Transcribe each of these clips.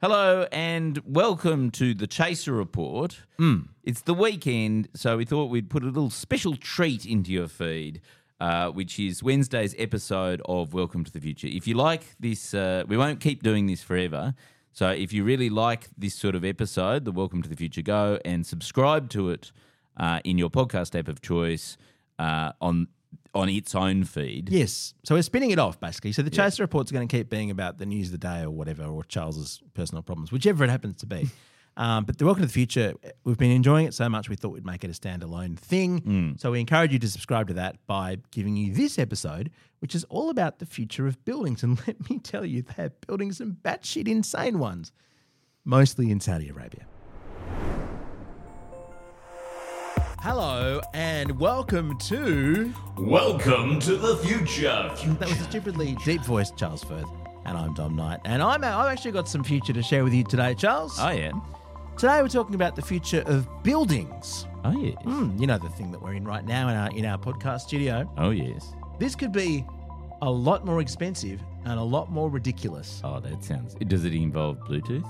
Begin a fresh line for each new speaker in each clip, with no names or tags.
Hello and welcome to the Chaser Report. It's the weekend, so we thought we'd put a little special treat into your feed, uh, which is Wednesday's episode of Welcome to the Future. If you like this, uh, we won't keep doing this forever. So if you really like this sort of episode, the Welcome to the Future, go and subscribe to it uh, in your podcast app of choice uh, on on its own feed.
Yes. So we're spinning it off basically. So the Chaser Report's going to keep being about the news of the day or whatever, or Charles's personal problems, whichever it happens to be. um, but the Welcome to the Future, we've been enjoying it so much, we thought we'd make it a standalone thing. So we encourage you to subscribe to that by giving you this episode, which is all about the future of buildings. And let me tell you, they're building some batshit insane ones, mostly in Saudi Arabia. Hello and welcome to
Welcome to the future.
That was a stupidly deep voiced Charles Firth. And I'm Dom Knight. And I'm, I've actually got some future to share with you today, Charles.
Oh yeah,
Today we're talking about the future of buildings.
oh yes,
Hmm, you know, the thing that we're in right now in our, in our podcast studio.
oh yes.
This could be a lot more expensive and a lot more ridiculous.
Oh, that sounds. Does it involve Bluetooth?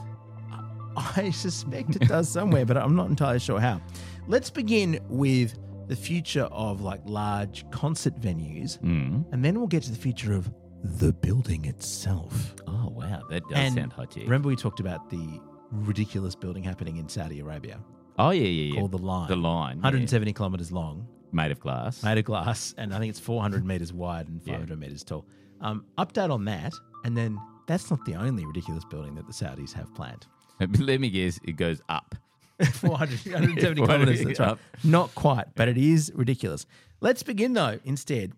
I suspect it does somewhere, but I'm not entirely sure how. Let's begin with the future of like large concert venues,
Mm.
and then we'll get to the future of the building itself.
Oh wow, that does
And
sound high tech.
Remember, we talked about the ridiculous building happening in Saudi Arabia
oh yeah, yeah, yeah.
called the Line.
The line. yeah.
170 kilometers long,
made of glass.
made of glass, and I think it's 400 meters wide and
Yeah.
500 meters tall. Um, update on that, and then that's not the only ridiculous building that the Saudis have planned.
Let me guess, it goes up.
400, 170
400
kilometers. That's right.
up.
Not quite, but it is ridiculous. Let's begin though instead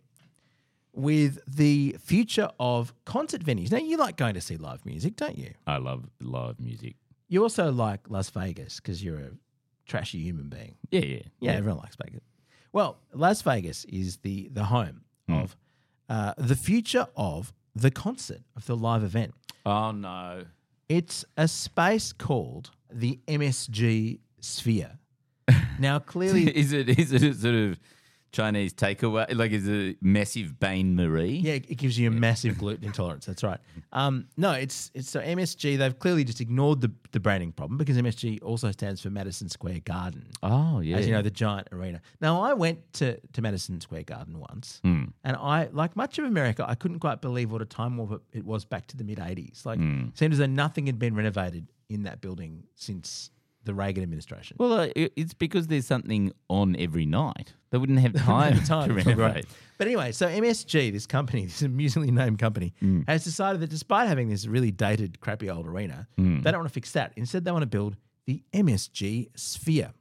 with the future of concert venues. Now you like going to see live music, don't you?
I love live music.
You also like Las Vegas because you're a trashy human being.
Yeah, yeah,
Yeah, everyone likes Vegas. Well, Las Vegas is the the home of uh, the future of the concert of the live event.
Oh no.
It's a space called the MSG Sphere. Now, clearly,
is it is it a sort of Chinese takeaway? Like is it a massive Bain Marie?
yeah, it gives you a massive gluten intolerance. That's right. Um, no, it's it's so MSG. They've clearly just ignored the the branding problem because MSG also stands for Madison Square Garden.
Oh yeah.
as you know, the giant arena. Now, I went to, to Madison Square Garden once,
Mm.
and I, like much of America, I couldn't quite believe what a time warp it- it was back to the mid 80s. Like,
Mm.
it seemed as though nothing had been renovated in that building since the Reagan administration.
well, uh, it- it's because there's something on every night. They wouldn't have time,
Time,
to
it's all
renovate.
right. But anyway, so MSG, this company, this amusingly named company,
Mm.
has decided that despite having this really dated, crappy old arena,
Mm.
they don't want to fix that. Instead, they want to build the MSG Sphere.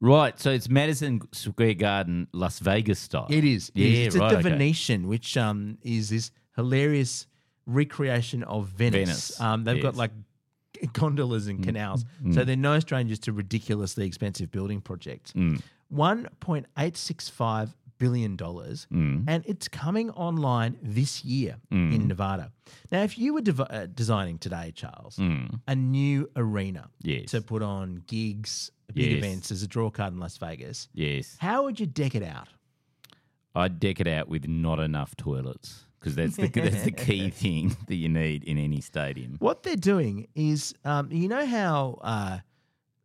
Right, so it's Madison Square Garden, Las Vegas style.
It is. It
Yeah,
is. It's at
right.
the
okay.
Venetian, which um, is this hilarious recreation of Venice.
Venice,
Um, they've got
yes. Mm.
like gondolas and canals. So they're no strangers to ridiculously expensive building projects.
Mm.
$1.865 billion.
Mm.
And it's coming online this year in Nevada. Now, if you were dev- uh, designing today, Charles, a new arena
Mm. Yes.
to put on gigs, big
Yes.
events as a draw card in Las Vegas,
Yes.
how would you deck it out?
I'd deck it out with not enough toilets because that's the that's the key thing that you need in any stadium.
What they're doing is, um, you know how uh,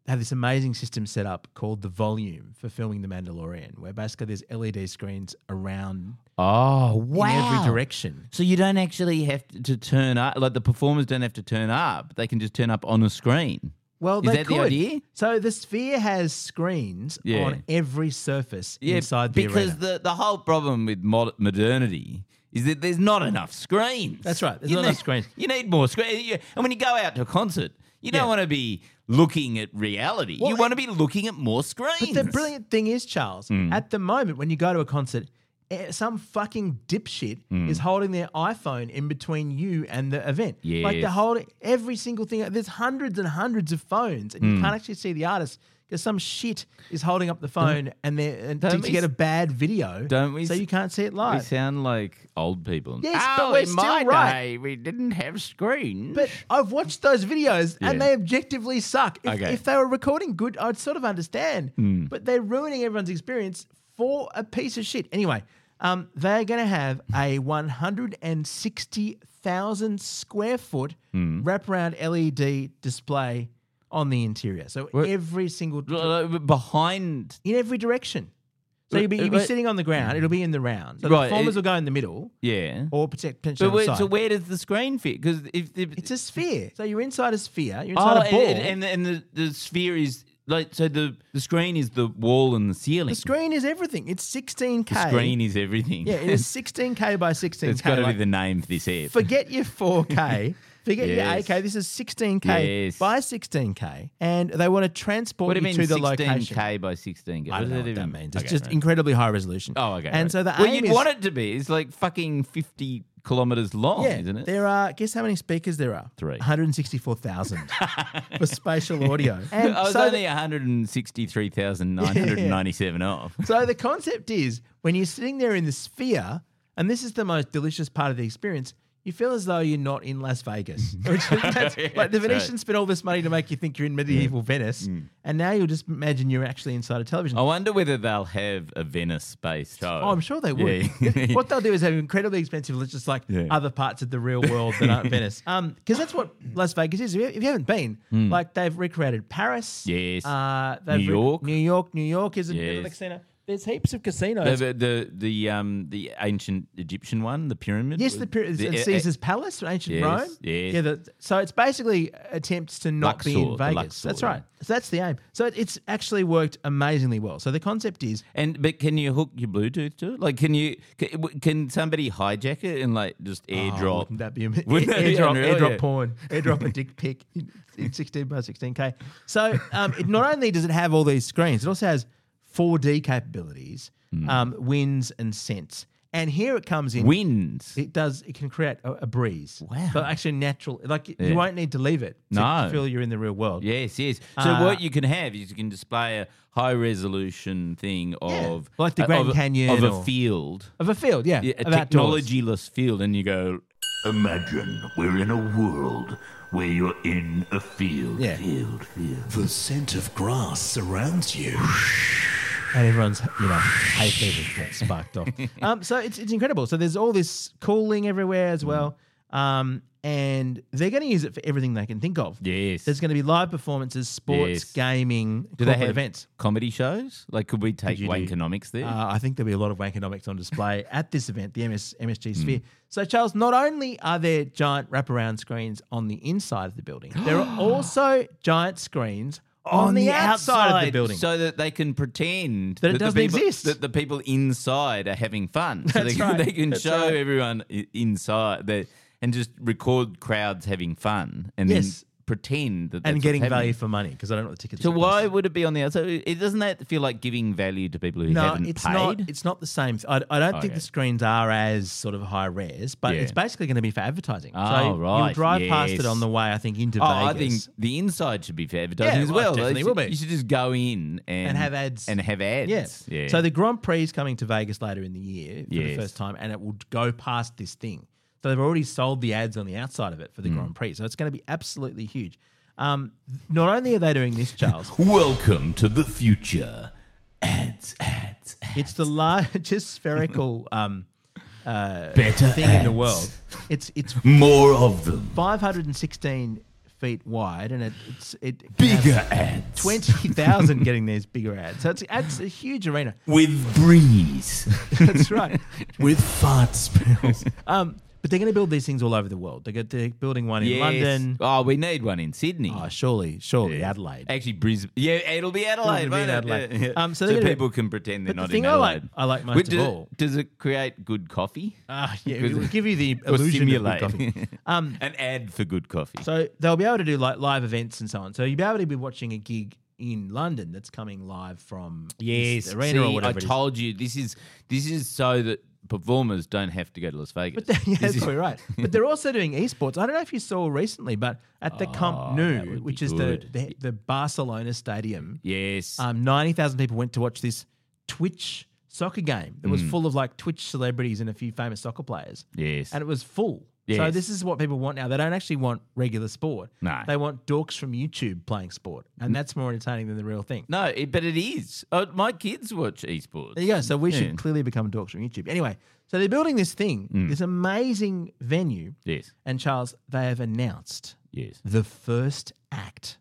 they have this amazing system set up called the volume for filming The Mandalorian, where basically there's LED screens around
Oh
in every direction.
So you don't actually have to, to turn up. Like the performers don't have to turn up; they can just turn up on a screen.
Well,
Is
they
that the
could.
idea?
So the sphere has screens
Yeah.
on every surface inside the
because
arena.
the the whole problem with mod- modernity is that there's not enough screens.
That's right, there's
You
not
need,
enough screens.
You need more screens. And when you go out to a concert, you
Yeah.
don't want to be looking at reality.
Well,
you want to be looking at more screens. Mm.
But the brilliant thing is, Charles, at the moment when you go to a concert, eh, some fucking dipshit
Mm.
is holding their iPhone in between you and the event. Like they're
Yes.
holding every single thing. There's hundreds and hundreds of
Mm.
phones, and you can't actually see the artist because some shit is holding up the phone and they're and to,
don't
to
we
get
s-
a bad video.
don't we
So
s-
you can't see it
We
live.
sound like old people.
Yes, but we're still right.
Oh, day, we didn't have screens.
But I've watched those videos and
Yeah.
they objectively suck. If,
Okay. Hmm.
if they were recording good, I'd sort of understand. But they're ruining everyone's experience for a piece of shit. Anyway, um, they're going to have
Hmm.
a 160,000 square foot
Hmm.
wraparound LED display on the interior. So
What?
every single
Uh, behind
in every direction. So you'll be, you'll be
Right.
sitting on the ground. It'll be in the round. So the
Right,
performers
it-
will go in the middle
yeah.
or protect- potentially
But
on the
where,
side.
so where does the screen fit? Because if the,
It's a sphere. So you're inside a sphere. You're
oh,
inside a
and,
ball.
and, and the, and the, the sphere is like so the the screen is the wall and the ceiling.
The screen is everything. It's 16k.
The screen is everything.
yeah, it is 16k by 16k.
it's got to
Like,
be the name for this app.
Forget your 4k. Forget
Yes.
your 8k. This is 16k
Yes.
by 16k, and they want to transport
What do
you
you mean
to the
16K
location.
by 16K?
I don't know what
even-
that means. It's
Okay,
just
right.
incredibly high resolution.
Oh, okay.
And
right.
so the
well,
aim
you'd
is,
want it to be. It's like fucking 50 kilometers long,
yeah,
isn't it?
There are. Guess how many speakers there are?
Three.
164,000 for spatial audio. And
I was
so the-
only 163,997 off.
So the concept is when you're sitting there in the sphere, and this is the most delicious part of the experience, you feel as though you're not in Las Vegas. Which is- that's-
Yeah,
like the
that's right. Mm.
Venetians spent all this money to make you think you're in medieval Venice, and now you'll just imagine you're actually inside a television.
I wonder whether they'll have a Venice based show.
Oh, I'm sure they would.
Yeah.
what they'll do is have incredibly expensive, li- just like
Yeah.
other parts of the real world that aren't Venice. Um, because that's what Las Vegas is. If you- if you haven't been, like they've recreated Paris.
Hmm. Yes.
Uh, they've
New
re-
York.
New York. New York is a bit of a
Yes.
casino. There's heaps of casinos.
the, the the the, um the ancient Egyptian one, the pyramid.
Yes,
was-
the, pyra-
the-
and
uh,
Caesar's Palace, ancient
Yes,
Rome.
yes.
Yeah. The, so it's basically attempts to not be in
Luxor, the
Vegas.
Luxor,
that's
yeah.
right. So that's the aim. So it, it's actually worked amazingly well. So the concept is
And but can you hook your Bluetooth to it? Like, can you can, w- can somebody hijack it and like just
Oh,
airdrop?
wouldn't that be amazing?
Wouldn't that be
airdrop,
unreal?
airdrop
Yeah.
porn, airdrop a dick pic in, in 16 by 16k. So um, it not only does it have all these screens, it also has 4D capabilities,
Hmm.
um, winds and scents. And here it comes in.
Winds.
It does. It can create a, a breeze.
Wow.
So actually, natural. Like y-
Yeah.
you won't need to leave it. To
No.
Feel you're in the real world.
Yes, yes. So
Uh,
what you can have is you can display a high resolution thing of
Like the
uh,
Grand
of a-
Canyon
of a
or-
field,
Of a field. Yeah.
yeah, a
of outdoors.
technologyless field, and you go.
Imagine we're in a world where you're in a field.
Yeah.
Field, field. The scent of grass surrounds you.
and everyone's you know hay fever gets sparked off. Um, so it's it's incredible. So there's all this cooling everywhere
Mm.
as well. Um, and they're going to use it for everything they can think of.
Yes.
There's going to be live performances, sports,
Yes.
gaming,
Do they
corporate
have
events.
comedy shows? Like, could we take
you do-
Wankonomics there?
Uh, I think there'll be a lot of Wankonomics on display at this event, the MS, MSG
Hmm.
Sphere. So, Charles, not only are there giant wraparound screens on the inside of the building, there are also giant screens on, the, outside, of the building.
so that they can pretend
That it
the
doesn't
people-
exist.
That the people inside are having fun. So
That's
they, can-
right.
they can
That's
show
right.
everyone i- inside that, and just record crowds having fun, and
Yes.
then pretend that that's
and
what's
getting
happening.
value for money because I don't know what the tickets
So
are.
why would it be on the outside? It doesn't that feel like giving value to people who
No,
haven't
it's
paid?
not. It's not the same. th- I, I don't think
Okay.
the screens are as sort of high res, but
Yeah.
it's basically going to be for advertising.
Oh,
so You'll
right,
drive past it
yes.
on the way, I think, into
Oh,
Vegas.
I think the inside should be for advertising
Yeah,
as
well,
well.
it definitely
You
will
should-
be.
You should just go in and,
And have ads.
And have ads.
Yeah.
Yeah.
So the Grand Prix is coming to Vegas later in the year for the
Yes.
first time, and it will go past this thing. So they've already sold the ads on the outside of it for the Grand Prix. So it's going to be absolutely huge. Um, not only are they doing this, Charles,
Welcome to the future.
ads, ads, ads.
it's the largest spherical um, uh,
Better
thing in the world. It's it's
More of them.
516 feet wide, and it, it's it can have
Bigger ads.
twenty thousand getting these bigger ads. So it's, it's a huge arena.
With breeze.
That's right.
With fart spells.
Um, but they're going to build these things all over the world. They're, go- they're building one in
Yes.
London.
Oh, we need one in Sydney.
Oh, surely, surely Adelaide.
Actually, Brisbane. Yeah, it'll be Adelaide.
It'll be
won't
in
it?
Adelaide.
Yeah, yeah.
Um,
so
so they're gonna-
people can pretend they're
but the
not
thing
in
I like-
Adelaide.
I like most
Which
of
does,
all-
Does it create good coffee?
Ah, yeah,
Because-
it'll give you the
or
illusion of
simulate?
good coffee.
um, An ad for good coffee.
So they'll be able to do like live events and so on. So you'll be able to be watching a gig in London that's coming live from this
See,
arena or whatever.
I
it is.
told you this is this is so that performers don't have to go to Las Vegas.
But they- yeah,
This
that's
is-
probably right. But they're also doing esports. I don't know if you saw recently, but at the Camp
Ah, that would
Nou,
be
which is the,
good.
the the Barcelona stadium,
Yes.
um, ninety thousand people went to watch this Twitch soccer game that was
Mm.
full of like Twitch celebrities and a few famous soccer players,
yes.
and it was full. So
Yes.
this is what people want now. They don't actually want regular sport.
No.
they want dorks from YouTube playing sport, and that's more entertaining than the real thing.
no, it, but it is. Uh, my kids watch esports.
There you go. So we
Yeah. Mm.
should clearly become dorks from YouTube. Anyway, so they're building this thing, this amazing venue.
Yes.
And Charles, they have announced
Yes.
the first act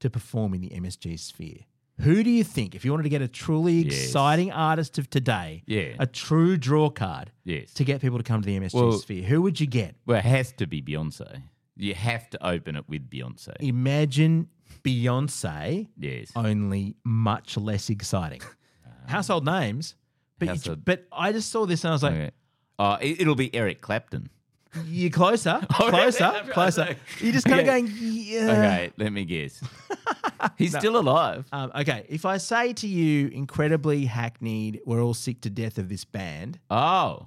to perform in the MSG sphere. Who do you think, if you wanted to get a truly
Yes.
exciting artist of today,
Yeah.
a true draw card
Yes.
to get people to come to the MSG
Well-
sphere, who would you get?
Well, it has to be Beyonce. You have to open it with Beyonce.
Imagine Beyonce,
Yes.
Oh, only much less exciting. Household names, but, you,
Household-
but I just saw this and I was like,
Okay. Uh, it, it'll be Eric Clapton.
You're closer,
Oh, really?
closer,
Okay.
closer. You're just kind of
Yeah.
going, yeah.
Okay, let me guess. He's still alive.
Um, okay, if I say to you, incredibly hackneyed, we're all sick to death of this band,
Oh,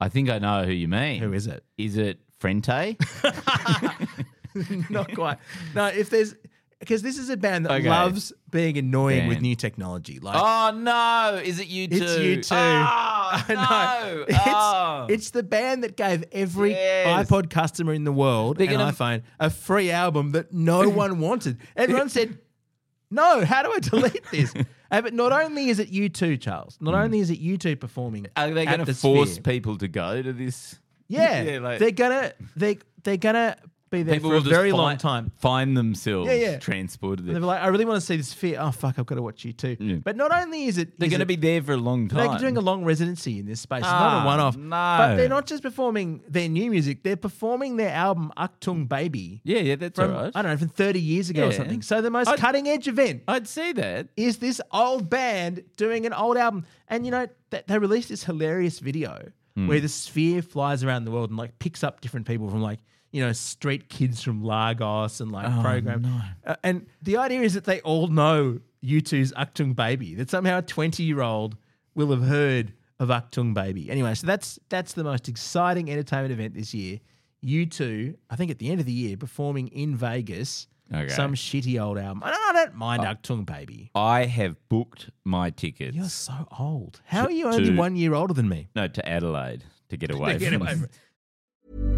I think I know who you mean.
who is it?
Is it Frente?
Not quite. No, if there's, because this is a band that
Okay.
loves being annoying with
Band.
new technology. Like,
oh no! Is it you two?
It's you two. Ah,
Oh,
I know.
no!
It's,
Oh.
it's the band that gave every
Yes.
iPod customer in the world
They're
an
gonna-
iPhone a free album that no one wanted. Everyone said, "No, how do I delete this?" Uh, but not only is it you two, Charles. Not only is it you two performing,
Are they
at
going to
the
force
Sphere,
people to go to this?
Yeah,
Yeah, like-
they're gonna they they're gonna be there
People
for
will
a
just
very
find,
long time.
Find themselves
Yeah, yeah.
transported.
And
There.
they're like, I really want to see this fear. Oh fuck, I've got to watch you two.
Yeah.
But not only is it
They're
is
going to
it-
be there for a long time.
They're doing a long residency in this space. It's not
Ah,
a one off.
no.
But they're not just performing their new music, they're performing their album Aktung Baby
yeah, yeah, that's
from,
all right.
I don't know, from 30 years ago or
Yeah.
something. So the most
I'd-
cutting edge event
I'd see that.
is this old band doing an old album. And you know, th- they released this hilarious video where the sphere flies around the world and like picks up different people from like, you know, street kids from Lagos and like program. Uh, and the idea is that they all know U2's Aktung Baby, that somehow a 20 year old will have heard of Aktung Baby. Anyway, so that's that's the most exciting entertainment event this year. U2, I think at the end of the year, performing in Vegas.
Okay.
Some shitty old album. I don't, I don't mind Aktung Baby.
I have booked my tickets.
You're so old. How are you only
to-
one year older than me?
No, to Adelaide to get away.
get
from
away from it.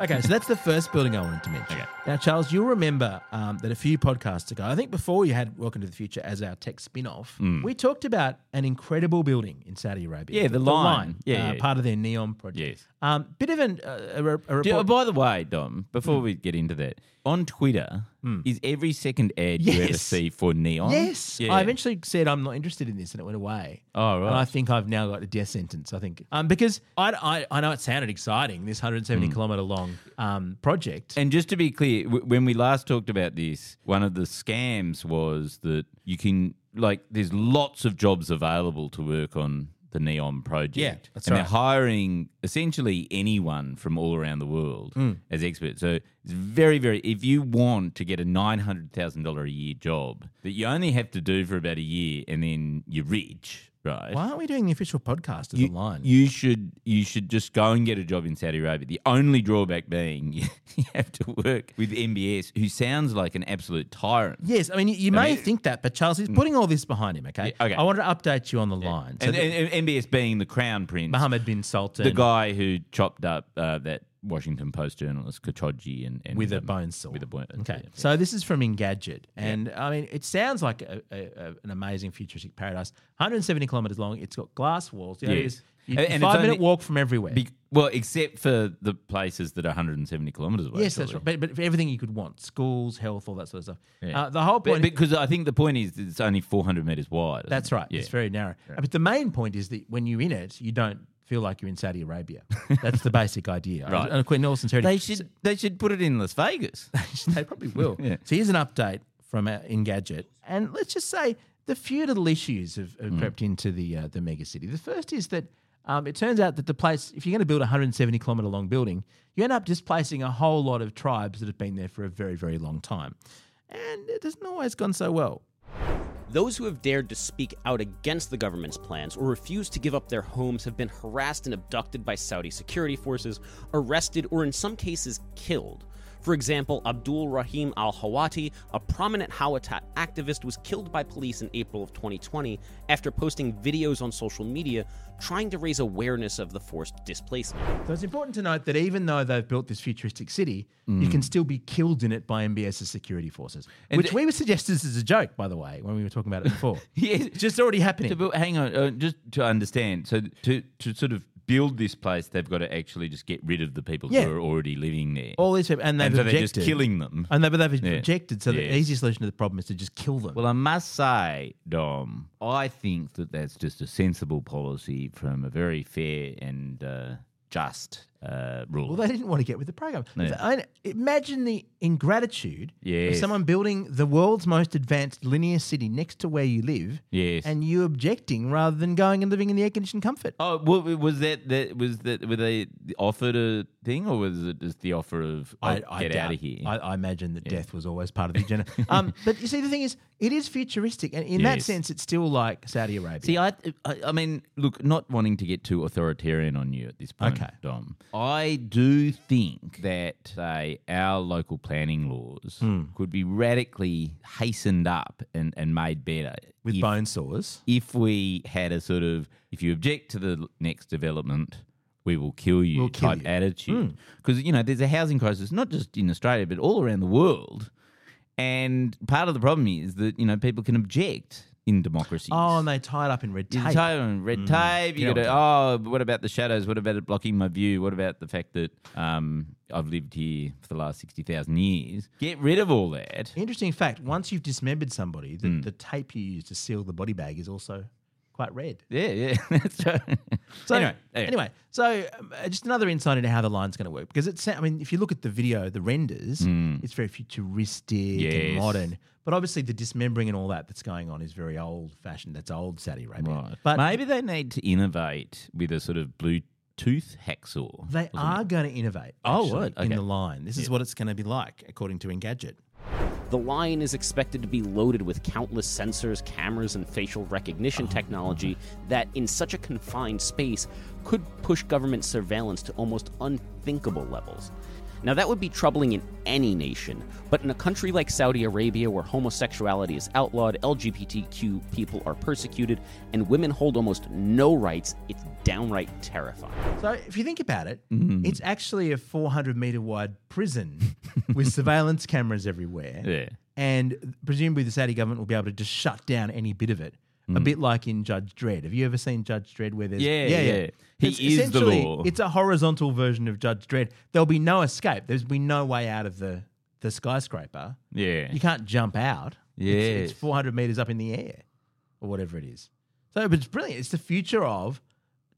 Okay, so that's the first building I wanted to mention.
Okay.
Now, Charles, you'll remember um, that a few podcasts ago, I think before you had Welcome to the Future as our tech spin off, we talked about an incredible building in Saudi Arabia.
Yeah, the Line. Yeah,
uh,
yeah.
part of their Neon project.
Yes.
Um, bit of an, uh, a, re- a
Do-
report. Hmm.
by the way, Dom, before we get into that, on Twitter is every second ad you ever
Yes.
see for neon.
Yes,
Yeah.
I eventually said I'm not interested in this, and it went away.
Oh, right.
And I think I've now got a death sentence. I think um, because I, I I know it sounded exciting, this 170 kilometer long um, project.
And just to be clear, w- when we last talked about this, one of the scams was that you can like there's lots of jobs available to work on the Neon project.
Yeah, that's
and
right.
they're hiring essentially anyone from all around the world
Hmm.
as experts. So it's very, very if you want to get a nine hundred thousand dollar a year job that you only have to do for about a year and then you're rich, right?
Why aren't we doing the official podcast as
You,
a line?
you should you should just go and get a job in Saudi Arabia. The only drawback being you have to work with MBS, who sounds like an absolute tyrant.
yes, I mean you, you may think that, but Charles is putting all this behind him. Okay,
Mm. Yeah, okay.
I wanted to update you on the line. So
and,
that-
and- and MBS being the crown prince,
Mohammed bin Sultan,
the guy who chopped up uh, that Washington Post journalist Khashoggi and, and
with a
um,
bone saw.
With a bone.
Okay,
yeah.
so this is from Engadget, and I mean, it sounds like a, a, a, an amazing futuristic paradise. 170 kilometers long. It's got glass walls. Yeah, it
Yes.
is. You,
And- and it's
five minute
only-
walk from everywhere.
Be- well, except for the places that are 170 kilometres away.
yes, that's
surely.
right. But, but for everything you could want, schools, health, all that sort of stuff.
Yeah.
Uh, the whole
But,
point.
because I think the point is it's only 400 metres wide. isn't
that's
it?
right.
Yeah.
It's very narrow. Uh, But the main point is that when you're in it, you don't feel like you're in Saudi Arabia. that's the basic idea.
Right.
And in all sincerity,
They should they should put it in Las Vegas.
they probably will.
Yeah.
So here's an update from uh, Engadget, and let's just say the feudal issues have, have crept into the uh, the mega city. The first is that um, it turns out that the place, if you're going to build a 170 kilometer long building, you end up displacing a whole lot of tribes that have been there for a very very long time, and it hasn't always gone so well.
Those who have dared to speak out against the government's plans or refused to give up their homes have been harassed and abducted by Saudi security forces, arrested, or in some cases killed. For example, Abdul Rahim Al Hawati, a prominent Hawatat activist, was killed by police in April of 2020 after posting videos on social media trying to raise awareness of the forced displacement.
So it's important to note that even though they've built this futuristic city, you can still be killed in it by MBS's security forces,
Mm. And
which
th-
we would suggest this is a joke, by the way, when we were talking about it before.
Yes.
It's just already happening.
To build, hang on, uh, just to understand. So to to sort of build this place, they've got to actually just get rid of the people
Yeah.
who are already living there.
All these people, and they've
and so they're just
objected.
killing them.
And they, but they've
Yeah.
objected. So
Yes.
the easiest solution to the problem is to just kill them.
Well, I must say, Dom, I think that that's just a sensible policy from a very fair and uh, just uh, ruler.
Well, they didn't want to get with the program.
Yeah.
I- imagine the ingratitude of
Yes.
someone building the world's most advanced linear city next to where you live,
Yes.
and you objecting rather than going and living in the air conditioned comfort.
Oh, well, was that that was that were they offered a thing, or was it just the offer of oh, get
doubt-
out of here?
I, I imagine that death was always part of the agenda. um, but you see, the thing is, it is futuristic, and in that
Yes.
sense, it's still like Saudi Arabia.
See, I, I, I mean, look, not wanting to get too authoritarian on you at this point,
Okay.
Dom. I do think that say our local planning laws could be radically hastened up and, and made better
with
if,
bone saws.
if we had a sort of if you object to the next development. We will kill you Hmm.
We'll kill
type
you.
attitude. Because, you know, there's a housing crisis, not just in Australia, but all around the world. And part of the problem is that, you know, people can object in democracies.
Oh, and they tie it up in red
You
tape.
tie it on red tape. You
Mm.
got
Yeah,
to, oh, but what about the shadows? What about it blocking my view? What about the fact that um, I've lived here for the last 60,000 years? Get rid of all that.
Interesting fact: once you've dismembered somebody,
Hmm.
the, the tape you use to seal the body bag is also quite red.
Yeah, yeah. That's right.
So anyway, anyway, so um, uh, just another insight into how the line's going to work because it's. I mean, if you look at the video, the renders, it's very futuristic and
Mm. Yes.
modern. But obviously, the dismembering and all that that's going on is very old-fashioned. That's old Saudi Arabia.
Right.
But
Maybe they need to innovate with a sort of Bluetooth hacksaw.
they are going to innovate.
Oh,
actually,
right.
in
Okay.
the line, this is what it's going to be like, according to Engadget.
The line is expected to be loaded with countless sensors, cameras, and facial recognition technology that, in such a confined space, could push government surveillance to almost unthinkable levels. Now, that would be troubling in any nation, but in a country like Saudi Arabia, where homosexuality is outlawed, LGBTQ people are persecuted, and women hold almost no rights, it's downright terrifying.
So if you think about it,
Mm.
it's actually a 400 meter wide prison with surveillance cameras everywhere.
Yeah.
And presumably the Saudi government will be able to just shut down any bit of it. A bit like in Judge Dredd. Have you ever seen Judge Dredd where there's
Mm. Yeah, yeah. He is the
essentially-
law.
It's a horizontal version of Judge Dredd. There'll be no escape. There'll be no way out of the the skyscraper.
Yeah.
You can't jump out. It's,
Yes.
it's 400 meters up in the air or whatever it is. So, but it's brilliant. It's the future of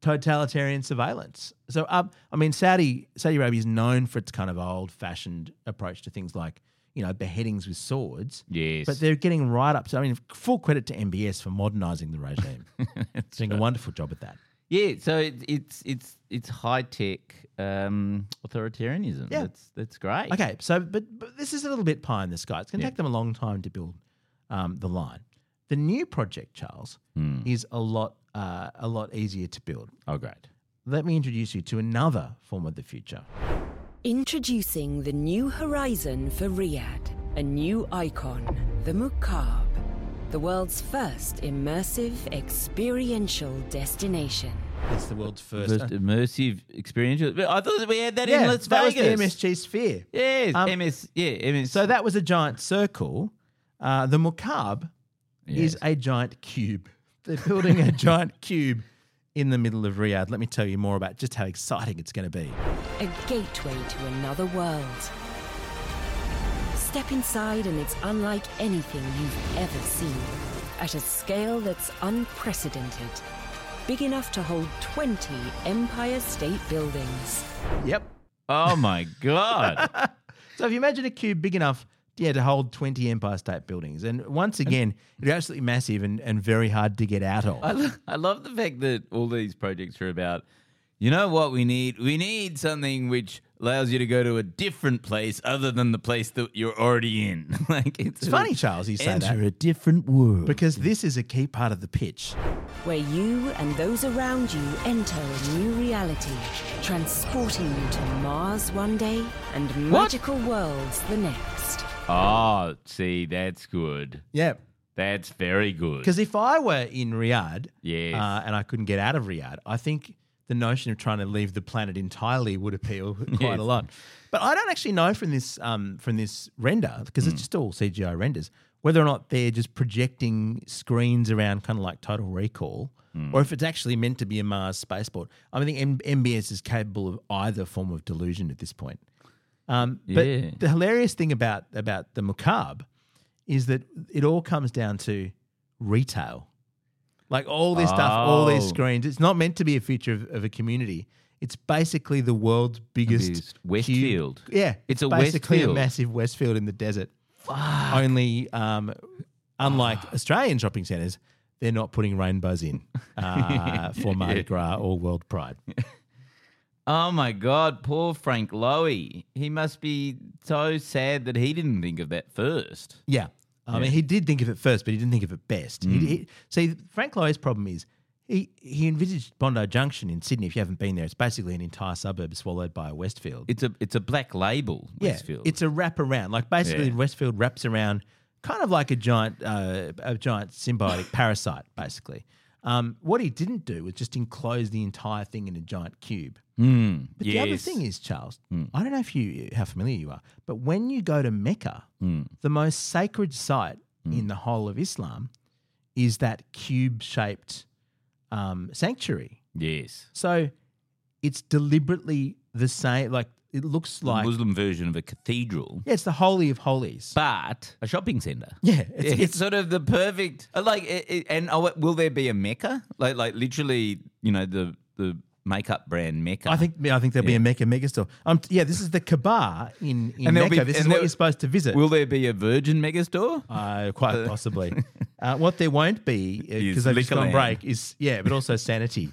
totalitarian surveillance. So, um, I mean, Saudi Saudi Arabia is known for its kind of old fashioned approach to things like, you know, beheadings with swords.
Yes.
But they're getting right up. So, I mean, full credit to MBS for modernizing the regime. Doing a wonderful job at that.
Yeah, so it, it's it's it's high tech um, authoritarianism.
Yeah.
That's that's great.
Okay, so but, but this is a little bit pie in the sky. It's going to take them a long time to build um, the line. The new project, Charles, is a lot uh, a lot easier to build.
Hmm. Oh, great.
Let me introduce you to another form of the future.
Introducing the new horizon for Riyadh, a new icon, the Muqab, the world's first immersive experiential destination.
It's the world's first.
Most immersive experiential. but I thought that we had that in
yeah,
Las
that was the
Vegas.
MSG sphere.
Yes,
Um,
MS. Yeah, MS.
So that was a giant circle. Uh, the macabre
Yes.
is a giant cube. They're building a giant cube in the middle of Riyadh. Let me tell you more about just how exciting it's going to be.
a gateway to another world. Step inside, and it's unlike anything you've ever seen, at a scale that's unprecedented. Big enough to hold 20 Empire State Buildings.
Yep.
oh my god.
So if you imagine a cube big enough, yeah, to hold 20 Empire State Buildings. And once again, it's absolutely massive and, and very hard to get out of.
I, lo- I love the fact that all these projects are about, you know what we need? We need something which allows you to go to a different place other than the place that you're already in. like it's,
It's funny, Charles, you say
Enter
that.
a different world.
Because this is a key part of the pitch.
where you and those around you enter a new reality, transporting you to Mars one day and magical worlds the next.
oh, see, that's good.
Yeah.
That's very good.
Because if I were in Riyadh,
Yes.
uh, and I couldn't get out of Riyadh, I think the notion of trying to leave the planet entirely would appeal quite
Yes.
a lot. But I don't actually know from this um, from this render because
Mm.
it's just all CGI renders whether or not they're just projecting screens around, kind of like Total Recall,
Mm.
or if it's actually meant to be a Mars spaceport. I mean, I think M- MBS is capable of either form of delusion at this point. Um,
Yeah.
But the hilarious thing about about the macabre is that it all comes down to retail. Like all this stuff, all these
Oh.
screens. It's not meant to be a feature of, of a community. It's basically the world's biggest
Biggest
cube-
Westfield.
Yeah,
It's a
basically a
Westfield.
massive Westfield in the desert. Only, um, unlike
Ah.
Australian shopping centres, they're not putting rainbows in uh, for Mardi Gras or World Pride.
oh my god, poor Frank Lowy. He must be so sad that he didn't think of that first.
Yeah. I mean, he did think of it first, but he didn't think of it best. He, he, see, Frank Lloyd's problem is he, he envisaged Bondi Junction in Sydney. If you haven't been there, it's basically an entire suburb swallowed by a Westfield.
It's a it's a black label,
yeah,
Westfield.
It's a wrap around. Like basically,
Yeah.
Westfield wraps around kind of like a giant, uh, a giant symbiotic parasite, basically. Um, what he didn't do was just enclose the entire thing in a giant cube. But the other
Hmm, Yes. Hmm.
thing is, Charles, I don't know if you how familiar you are, but when you go to Mecca,
Hmm.
the most sacred site in the whole of Islam is that cube-shaped um, sanctuary.
yes.
So it's deliberately the same. Like it looks
The
like
Muslim version of a cathedral.
yeah, it's the holy of holies.
but a shopping center.
yeah,
It's,
it's, it's
sort of the perfect uh, like, it, it, and oh, will there be a Mecca? Like, like literally, you know, the the makeup brand Mecca.
I think I think there'll be a Mecca mega store. Um, yeah, this is the Kaaba in, in
And there'll
Mecca.
be-
this
and
is what
there-
you're supposed to visit.
Will there be a Virgin Mega store?
Uh, quite possibly. uh, what there won't be because
Is
they've just gone
Liquorland.
break is yeah, but also sanity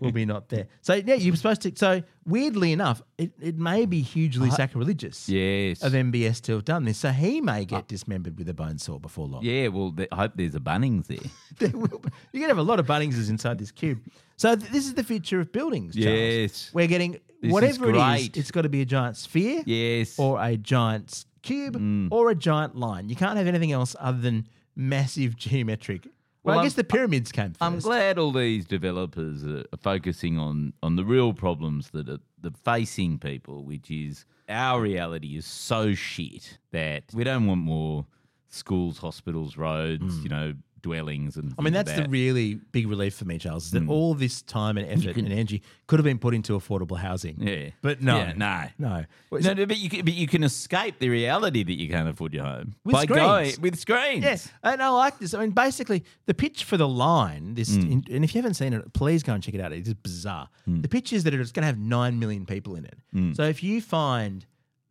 will be not there. So yeah, you're supposed to. So weirdly enough, it, it may be hugely sacrilegious
Uh-huh. Yes. Uh-huh.
of MBS to have done this. So he may get dismembered with a bone saw before long.
yeah. Well, th I hope there's a Bunnings there.
There will be- You're gonna have a lot of Bunningses inside this cube. So th- this is the future of buildings. Charles.
Yes.
we're getting
is
whatever it is.
great.
It's got to be a giant sphere
yes. Mm.
or a giant cube or a giant line. You can't have anything else other than massive geometric. Well,
Well,
I guess
I'm-
the pyramids came first.
I'm glad all these developers are are focusing on on the real problems that are the facing people, which is our reality is so shit that we don't want more schools, hospitals, roads, you know, dwellings, and
Hmm. I mean,
things like
that's the
that. Mm.
really big relief for me, Charles, is that all this time and effort and energy could have been put into affordable housing.
Yeah.
But no.
Yeah, no.
No. Well,
No, no, but you can, but you can escape the reality that you can't afford your home
With
by
screens.
going with screens.
Yes, and I like this. I mean, basically, the pitch for the line, this,
Mm.
and if you haven't seen it, please go and check it out. It is bizarre. The pitch is that it's going to have nine million people in it.
Mm.
So if you find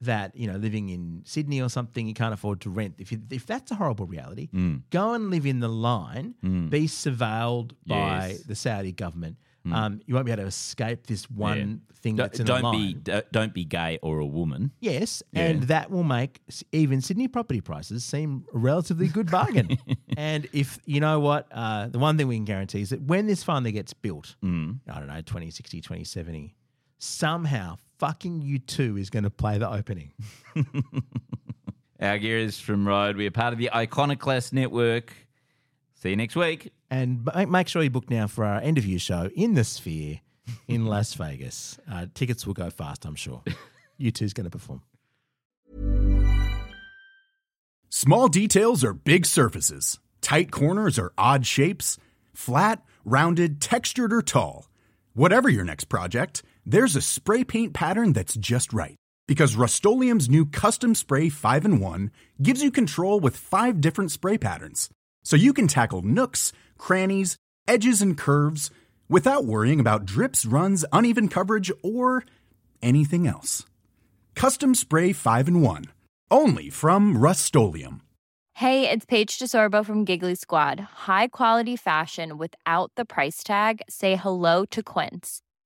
that you know living in Sydney or something, you can't afford to rent. If you, if that's a horrible reality,
Mm.
go and live in the line. Be surveilled by
Yes. Mm.
the Saudi government. Um, you won't be able to escape this one thing
Don't,
that's in
don't
the line.
be don't, don't be gay or a woman.
Yes, and that will make s- even Sydney property prices seem a relatively good bargain. and if you know what, uh, the one thing we can guarantee is that when this finally gets built, I don't know, 2060, 2070, somehow fucking U2 is going to play the opening.
Our gear is from Road. We are part of the Iconoclast Network. See you next week.
And ma- make sure you book now for our end of year show in the Sphere in Las Vegas. Uh, tickets will go fast, I'm sure. You two's going to perform.
Small details are big surfaces. Tight corners are odd shapes. Flat, rounded, textured, or tall. Whatever your next project, there's a spray paint pattern that's just right. Because Rust new Custom Spray 5 in 1 gives you control with five different spray patterns. So you can tackle nooks, crannies, edges, and curves without worrying about drips, runs, uneven coverage, or anything else. Custom Spray 5 in 1. Only from Rust
Hey, it's Paige DeSorbo from Giggly Squad. High quality fashion without the price tag. Say hello to Quince.